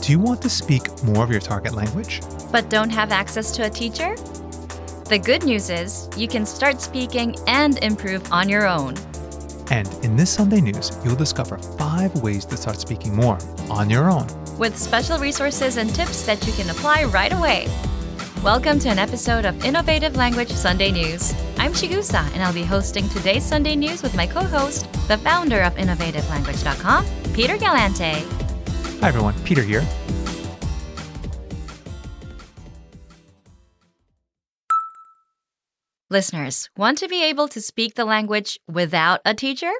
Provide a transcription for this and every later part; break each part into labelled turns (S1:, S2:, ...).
S1: Do you want to speak more of your target language?
S2: but don't have access to a teacher? The good news is you can start speaking and improve on your own.
S1: And in this Sunday news, you'll discover five ways to start speaking more on your own.
S2: with special resources and tips that you can apply right away. Welcome to an episode of Innovative Language Sunday News. I'm Chigusa, and I'll be hosting today's Sunday News with my co host, the founder of InnovativeLanguage.com, Peter Galante.
S1: Hi everyone, Peter here.
S2: Listeners, want to be able to speak the language without a teacher?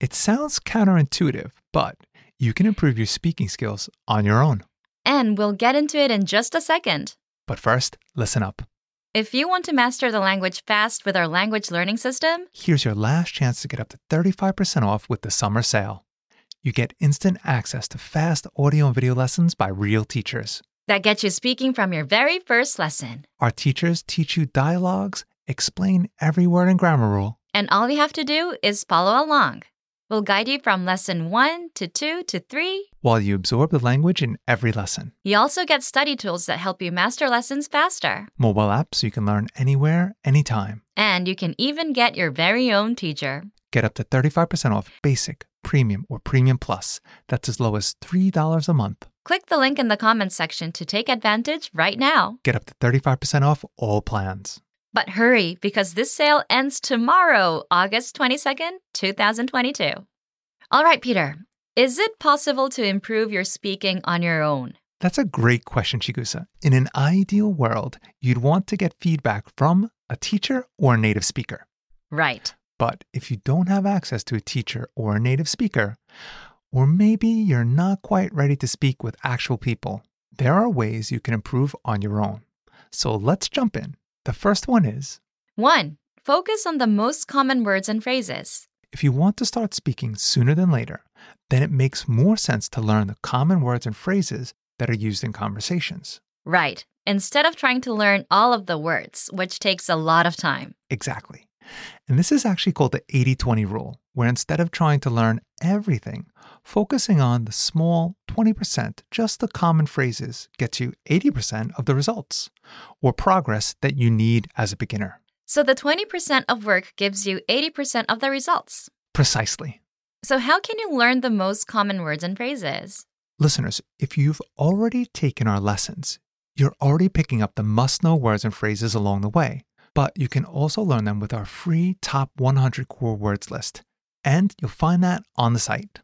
S1: It sounds counterintuitive, but you can improve your speaking skills on your own.
S2: And we'll get into it in just a second.
S1: But first, listen up.
S2: If you want to master the language fast with our language learning system,
S1: Here's your last chance to get up to 35% off with the summer sale. You get instant access to fast audio and video lessons by real teachers.
S2: that gets you speaking from your very first lesson.
S1: Our teachers teach you dialogues, explain every word and grammar rule,
S2: and all you have to do is follow along. We'll guide you from lesson 1 to 2 to 3.
S1: while you absorb the language in every lesson.
S2: You also get study tools that help you master lessons faster.
S1: Mobile apps you can learn anywhere, anytime.
S2: And you can even get your very own teacher.
S1: Get up to 35% off basic, premium, or premium plus. That's as low as $3 a month.
S2: Click the link in the comments section to take advantage right now.
S1: Get up to 35% off all plans.
S2: But hurry, because this sale ends tomorrow, August 22nd, 2022. All right, Peter, is it possible to improve your speaking on your own?
S1: That's a great question, Chigusa. In an ideal world, you'd want to get feedback from a teacher or a native speaker.
S2: Right.
S1: But if you don't have access to a teacher or a native speaker, or maybe you're not quite ready to speak with actual people, there are ways you can improve on your own. So let's jump in. The first one is
S2: 1. Focus on the most common words and phrases.
S1: if you want to start speaking sooner than later, then it makes more sense to learn the common words and phrases that are used in conversations.
S2: Right. Instead of trying to learn all of the words, which takes a lot of time.
S1: Exactly. And this is actually called the 80 20 rule, where instead of trying to learn everything, focusing on the small 20%, just the common phrases, gets you 80% of the results or progress that you need as a beginner.
S2: So the 20% of work gives you 80% of the results.
S1: Precisely.
S2: So, how can you learn the most common words and phrases?
S1: Listeners, if you've already taken our lessons, you're already picking up the must know words and phrases along the way, but you can also learn them with our free top 100 core words list. And you'll find that on the site.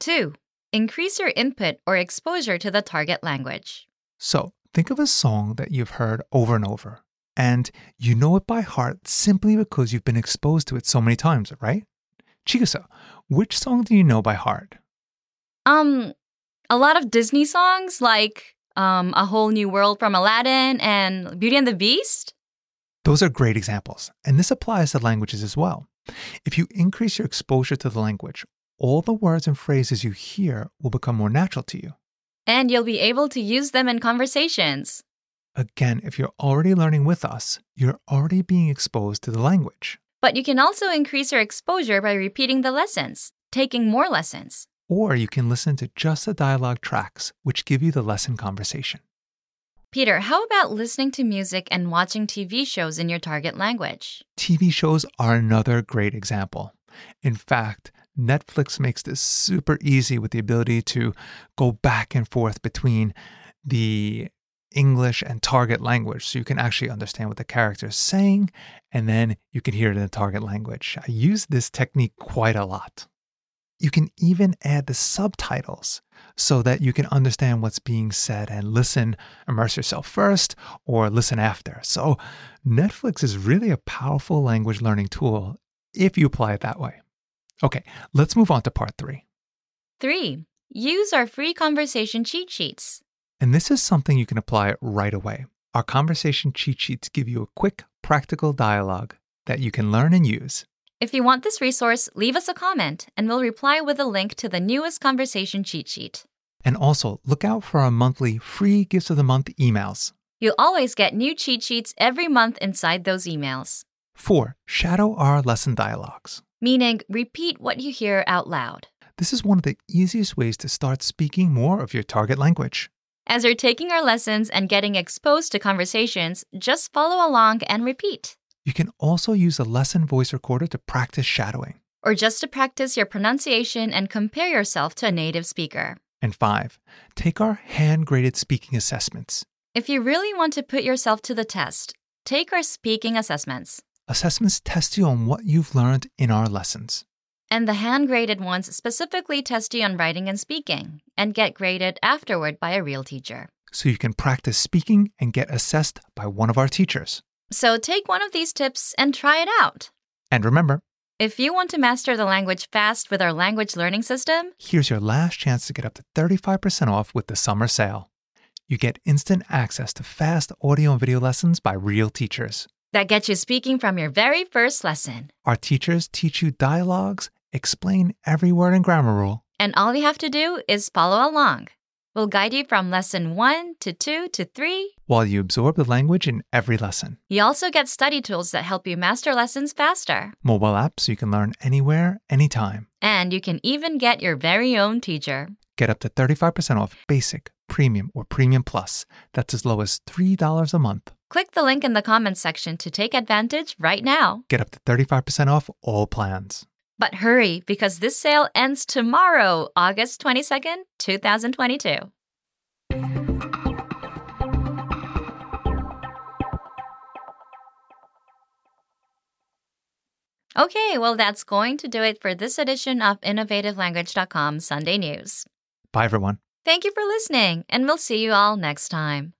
S2: 2. Increase your input or exposure to the target language.
S1: So think of a song that you've heard over and over, and you know it by heart simply because you've been exposed to it so many times, right? Chigusa, which song do you know by heart?
S2: Um, a lot of Disney songs like um, A Whole New World from Aladdin and Beauty and the Beast.
S1: Those are great examples, and this applies to languages as well. If you increase your exposure to the language, all the words and phrases you hear will become more natural to you.
S2: And you'll be able to use them in conversations.
S1: Again, if you're already learning with us, you're already being exposed to the language.
S2: But you can also increase your exposure by repeating the lessons, taking more lessons.
S1: Or you can listen to just the dialogue tracks, which give you the lesson conversation.
S2: Peter, how about listening to music and watching TV shows in your target language?
S1: TV shows are another great example. In fact, Netflix makes this super easy with the ability to go back and forth between the English and target language. So you can actually understand what the character is saying, and then you can hear it in the target language. I use this technique quite a lot. You can even add the subtitles so that you can understand what's being said and listen, immerse yourself first, or listen after. So Netflix is really a powerful language learning tool if you apply it that way. Okay, let's move on to part three.
S2: 3. Use our free conversation cheat sheets.
S1: And this is something you can apply right away. Our conversation cheat sheets give you a quick, practical dialogue that you can learn and use.
S2: If you want this resource, leave us a comment and we'll reply with a link to the newest conversation cheat sheet.
S1: And also, look out for our monthly free Gifts of the Month emails.
S2: You'll always get new cheat sheets every month inside those emails,
S1: 4. Shadow our lesson dialogues.
S2: meaning repeat what you hear out loud.
S1: This is one of the easiest ways to start speaking more of your target language.
S2: As you're taking our lessons and getting exposed to conversations, just follow along and repeat,
S1: You can also use a lesson voice recorder to practice shadowing.
S2: or just to practice your pronunciation and compare yourself to a native speaker.
S1: And five, take our hand graded speaking assessments.
S2: If you really want to put yourself to the test, take our speaking assessments.
S1: Assessments test you on what you've learned in our lessons.
S2: And the hand graded ones specifically test you on writing and speaking, and get graded afterward by a real teacher.
S1: So you can practice speaking and get assessed by one of our teachers.
S2: So take one of these tips and try it out.
S1: And remember,
S2: If you want to master the language fast with our language learning system,
S1: here's your last chance to get up to 35% off with the summer sale. You get instant access to fast audio and video lessons by real teachers.
S2: that gets you speaking from your very first lesson.
S1: Our teachers teach you dialogues, explain every word and grammar rule,
S2: And all you have to do is follow along. We'll guide you from lesson 1 to 2 to 3.
S1: while you absorb the language in every lesson.
S2: You also get study tools that help you master lessons faster.
S1: Mobile apps so you can learn anywhere, anytime.
S2: And you can even get your very own teacher.
S1: Get up to 35% off basic, premium, or premium plus. That's as low as $3 a month.
S2: Click the link in the comments section to take advantage right now.
S1: Get up to 35% off all plans.
S2: But hurry, because this sale ends tomorrow, August 22nd, 2022. Okay, well, that's going to do it for this edition of InnovativeLanguage.com Sunday News.
S1: Bye, everyone.
S2: Thank you for listening, and we'll see you all next time.